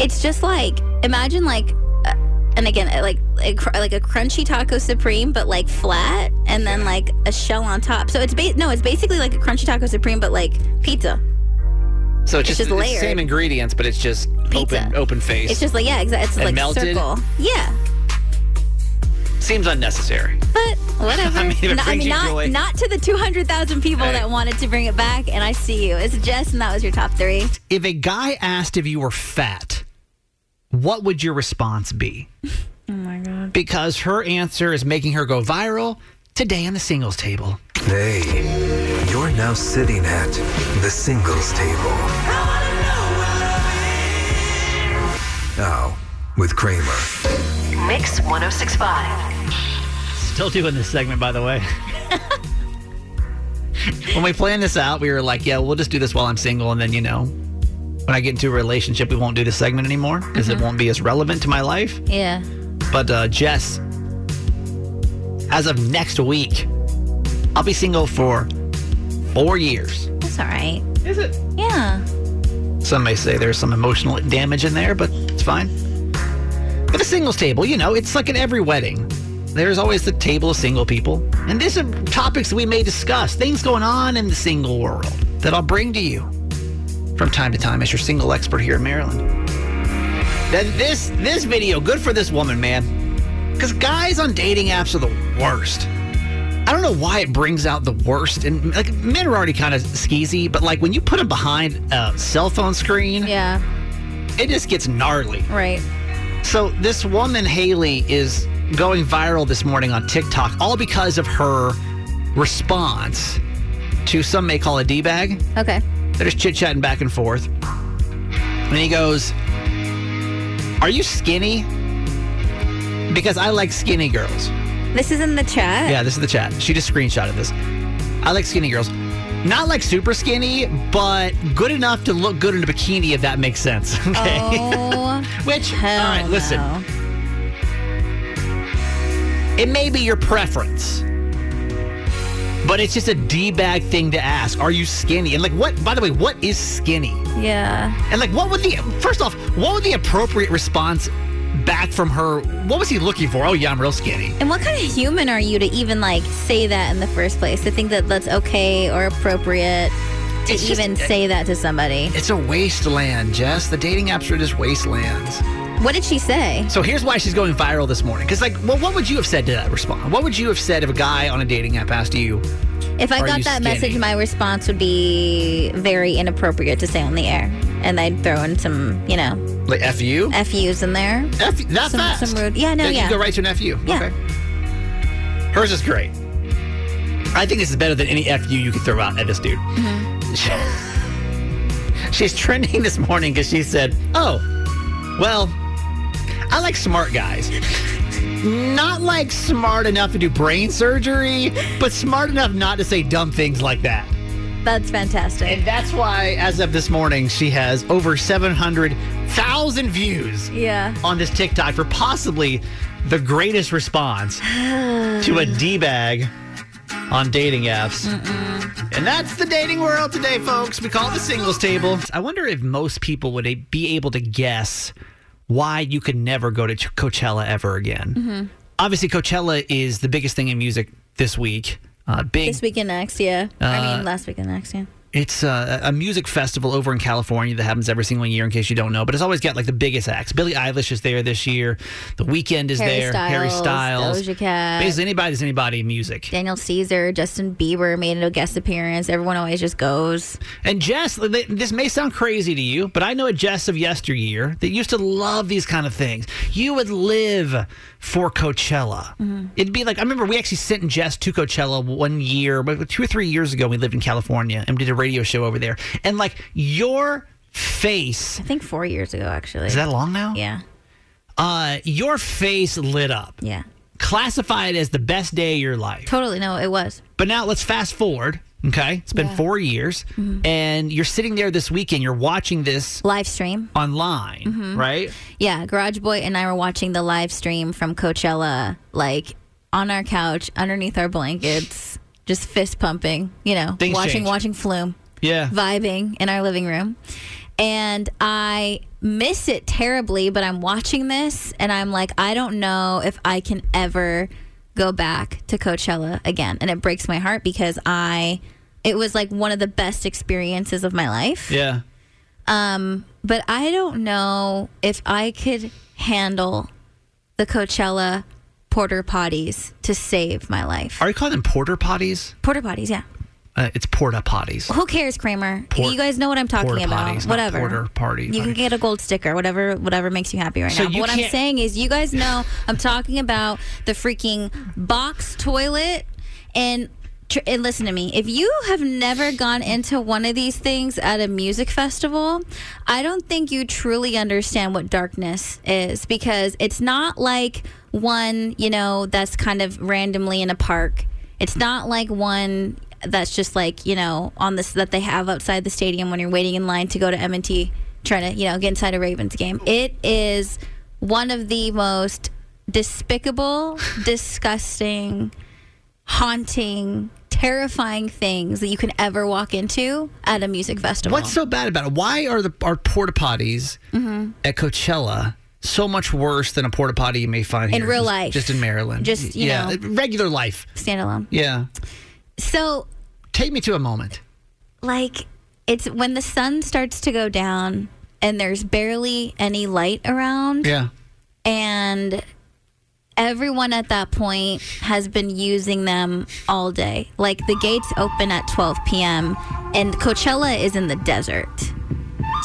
D: It's just like imagine like, uh, and again uh, like a cr- like a crunchy taco supreme, but like flat, and then like a shell on top. So it's ba- no, it's basically like a crunchy taco supreme, but like pizza.
C: So it's,
D: It's just
C: the
D: layered.
C: same ingredients, but it's just
D: Pizza.
C: open open face.
D: It's just like yeah, exactly. It's
C: And
D: like
C: melted?
D: circle. Yeah,
C: Seems unnecessary.
D: but Whatever.
C: I mean, if it
D: not, I
C: brings
D: mean,
C: you
D: not,
C: joy.
D: not to the 200,000 people
C: Hey.
D: that wanted to bring it back, and I see you. It's Jess, and that was your top three.
C: If a guy asked if you were fat, what would your response be?
D: Oh my God.
C: Because her answer is making her go viral today on the singles table.
G: Hey, you're now sitting at the singles table. Now, with Kramer.
F: Mix 1065.
C: Still doing this segment, by the way. when we planned this out, we were like, yeah, we'll just do this while I'm single. And then, you know, when I get into a relationship, we won't do this segment anymore because it won't be as relevant to my life.
D: Yeah.
C: But, uh, Jess, as of next week, I'll be single for four years.
D: That's all right.
C: Is it?
D: Yeah.
C: Some may say there's some emotional damage in there, but it's fine. But the singles table, you know, it's like at every wedding. There's always the table of single people. And these are topics we may discuss, things going on in the single world that I'll bring to you from time to time as your single expert here in Maryland. Then this this video, good for this woman, man. Cause guys on dating apps are the worst. I don't know why it brings out the worst. And like men are already kind of skeezy, but like when you put them behind a cell phone screen,
D: yeah,
C: it just gets gnarly.
D: Right.
C: So this woman Haley is going viral this morning on TikTok, all because of her response to some may call a d bag.
D: Okay.
C: They're just chit chatting back and forth. And he goes, Are you skinny? Because I like skinny girls.
D: This is in the chat.
C: Yeah, this is the chat. She just screenshotted this. I like skinny girls. Not like super skinny, but good enough to look good in a bikini if that makes sense. Okay.
D: Oh.
C: Which, all right, listen. It may be your preference, but it's just a D bag thing to ask. Are you skinny? And like, what, by the way, what is skinny?
D: Yeah.
C: And like, what would the, first off, what would the appropriate response back from her? What was he looking for? Oh, yeah, I'm real skinny.
D: And what kind of human are you to even like say that in the first place? To think that that's okay or appropriate to
C: It's just-
D: even say that to somebody.
C: It's a wasteland, Jess. The dating apps are just wastelands.
D: What did she say?
C: So here's why she's going viral this morning. Because, like, well, what would you have said to that response? What would you have said if a guy on a dating app asked you,
D: If I
C: Are
D: got
C: you
D: that
C: skinny?
D: message, my response would be very inappropriate to say on the air. And I'd throw in some, you know,
C: like, F you?
D: FUs in there.
C: F, that
D: some,
C: fast?
D: Some rude. Yeah, no,
C: Then
D: yeah.
C: You go right to an FU.
D: Yeah.
C: Okay. Hers is great. I think this is better than any FU you could throw out at this dude.
D: Mm-hmm.
C: She's trending this morning because she said, Oh, well, I like smart guys. Not like smart enough to do brain surgery, but smart enough not to say dumb things like that.
D: That's fantastic.
C: And that's why, as of this morning, she has over 700,000 views
D: Yeah.
C: on this TikTok for possibly the greatest response to a D bag on dating apps. And that's the dating world today, folks. We call it the singles table. I wonder if most people would be able to guess why you could never go to Ch- Coachella ever again. Obviously, Coachella is the biggest thing in music this week. Uh, big
D: This weekend next, yeah. I
C: Uh,
D: mean, last weekend next, yeah.
C: it's uh, a, a music festival over in California that happens every single year, in case you don't know. But it's always got like the biggest acts. Billie Eilish is there this year. The Weeknd is
D: Harry
C: there. Harry
D: Styles,
C: Styles.
D: Doja Cat.
C: Basically, anybody's anybody in music.
D: Daniel Caesar, Justin Bieber made a guest appearance. Everyone always just goes.
C: And Jess, th- this may sound crazy to you, but I know a Jess of yesteryear that used to love these kind of things. You would live for Coachella.
D: Mm-hmm.
C: It'd be like, I remember we actually sent Jess to Coachella one year, but two or three years ago, we lived in California and did a radio show over there. And like, your face
D: I think four years ago, actually.
C: Is that long now?
D: Yeah.
C: Uh, your face lit up.
D: Yeah.
C: Classify it as the best day of your life.
D: Totally. No, it was.
C: But now let's fast forward. Okay. It's been
D: Yeah. Mm-hmm.
C: four years, and you're sitting there this weekend. You're watching this
D: Live stream.
C: online,
D: Mm-hmm.
C: right?
D: Yeah. Garage Boy and I were watching the live stream from Coachella, like on our couch, underneath our blankets, just fist pumping, you know,
C: Things
D: watching,
C: change.
D: watching Flume.
C: Yeah.
D: vibing in our living room. And I miss it terribly, but I'm watching this and I'm like, I don't know if I can ever go back to Coachella again. And it breaks my heart because I, it was like one of the best experiences of my life.
C: yeah.
D: Um, but I don't know if I could handle the Coachella porter potties to save my life.
C: Are you calling them porter potties?
D: Porter potties, yeah.
C: Uh, it's porta potties.
D: Who cares, Kramer?
C: Por-
D: you guys know what I'm talking
C: porta
D: about.
C: potties, not
D: whatever.
C: porter parties.
D: You can get a gold sticker, whatever, whatever makes you happy right
C: So
D: now. But
C: you
D: what I'm
C: can't-
D: saying is, you guys know I'm talking about the freaking box toilet and. tr- And listen to me. If you have never gone into one of these things at a music festival, I don't think you truly understand what darkness is because it's not like one, you know, that's kind of randomly in a park. It's not like one that's just like you know on this that they have outside the stadium when you're waiting in line to go to M&T trying to you know get inside a Ravens game. It is one of the most despicable, disgusting, haunting, terrifying things that you can ever walk into at a music festival.
C: What's so bad about it? Why are the are porta potties
D: Mhm.
C: at Coachella so much worse than a porta potty you may find
D: In
C: here,
D: real
C: just-
D: life.
C: just in Maryland,
D: Just, you
C: yeah,
D: know.
C: regular life.
D: standalone?
C: Yeah,
D: So
C: take me to a moment.
D: like it's when the sun starts to go down and there's barely any light around.
C: Yeah,
D: and everyone at that point has been using them all day. Like the gates open at 12 p.m. and Coachella is in the desert.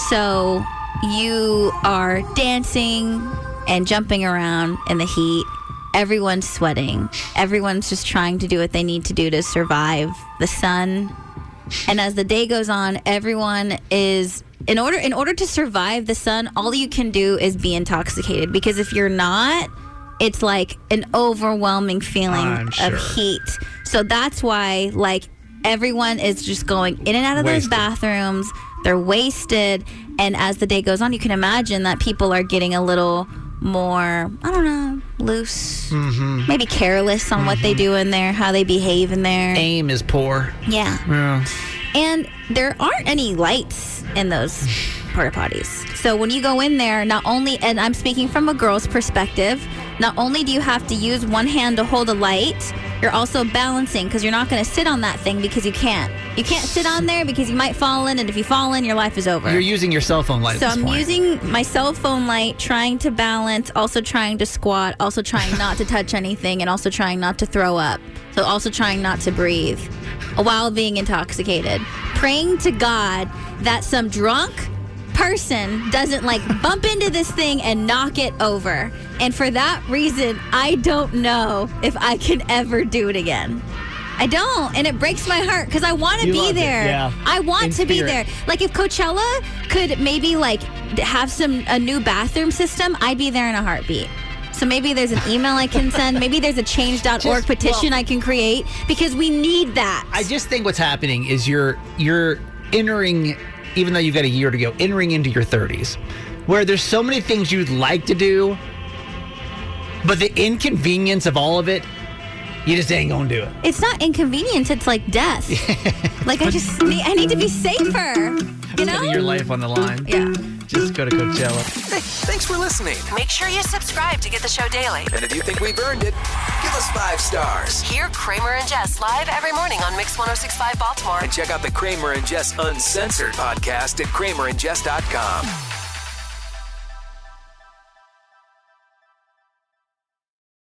D: So you are dancing and jumping around in the heat. Everyone's sweating. Everyone's just trying to do what they need to do to survive the sun. And as the day goes on, everyone is in order in order to survive the sun, all you can do is be intoxicated because if you're not, it's like an overwhelming feeling
C: I'm
D: of
C: sure.
D: heat. So that's why like everyone is just going in and out of those
C: Wasted.
D: bathrooms. They're wasted. And as the day goes on, you can imagine that people are getting a little more, I don't know, loose,
C: Mhm.
D: maybe careless on what they do in there, how they behave in there.
C: aim is poor.
D: Yeah.
C: Yeah.
D: And there aren't any lights in those porta potties. So when you go in there, not only, and I'm speaking from a girl's perspective, not only do you have to use one hand to hold a light, you're also balancing because you're not going to sit on that thing because you can't. You can't sit on there because you might fall in, and if you fall in, your life is over.
C: You're using your cell phone light.
D: So
C: at this
D: I'm
C: point.
D: using my cell phone light, trying to balance, also trying to squat, also trying not to touch anything, and also trying not to throw up. So also trying not to breathe while being intoxicated. Praying to God that some drunk person doesn't like bump into this thing and knock it over. And for that reason, I don't know if I can ever do it again. I don't, and it breaks my heart because I want to
C: You
D: be
C: loved it,
D: there.
C: yeah.
D: I want
C: In
D: to be
C: spirit.
D: there. Like if Coachella could maybe like d- have some a new bathroom system, I'd be there in a heartbeat. So maybe there's an email I can send. Maybe there's a change.org
C: Just-
D: petition
C: well-
D: I can create because we need that.
C: I just think what's happening is you're you're entering, even though you've got a year to go, entering into your 30s, where there's so many things you'd like to do, but the inconvenience of all of it, you just ain't gonna do it.
D: It's not inconvenience. It's like death. like I just need, I need to be safer. You know?
C: Putting your life on the line.
D: Yeah.
C: Just go to Coachella.
A: Hey, thanks for listening.
F: Make sure you subscribe to get the show daily.
A: And if you think we've earned it, give us five stars.
F: Hear Kramer and Jess live every morning on Mix 1065 Baltimore.
A: And check out the Kramer and Jess Uncensored podcast at kramerandjess.com.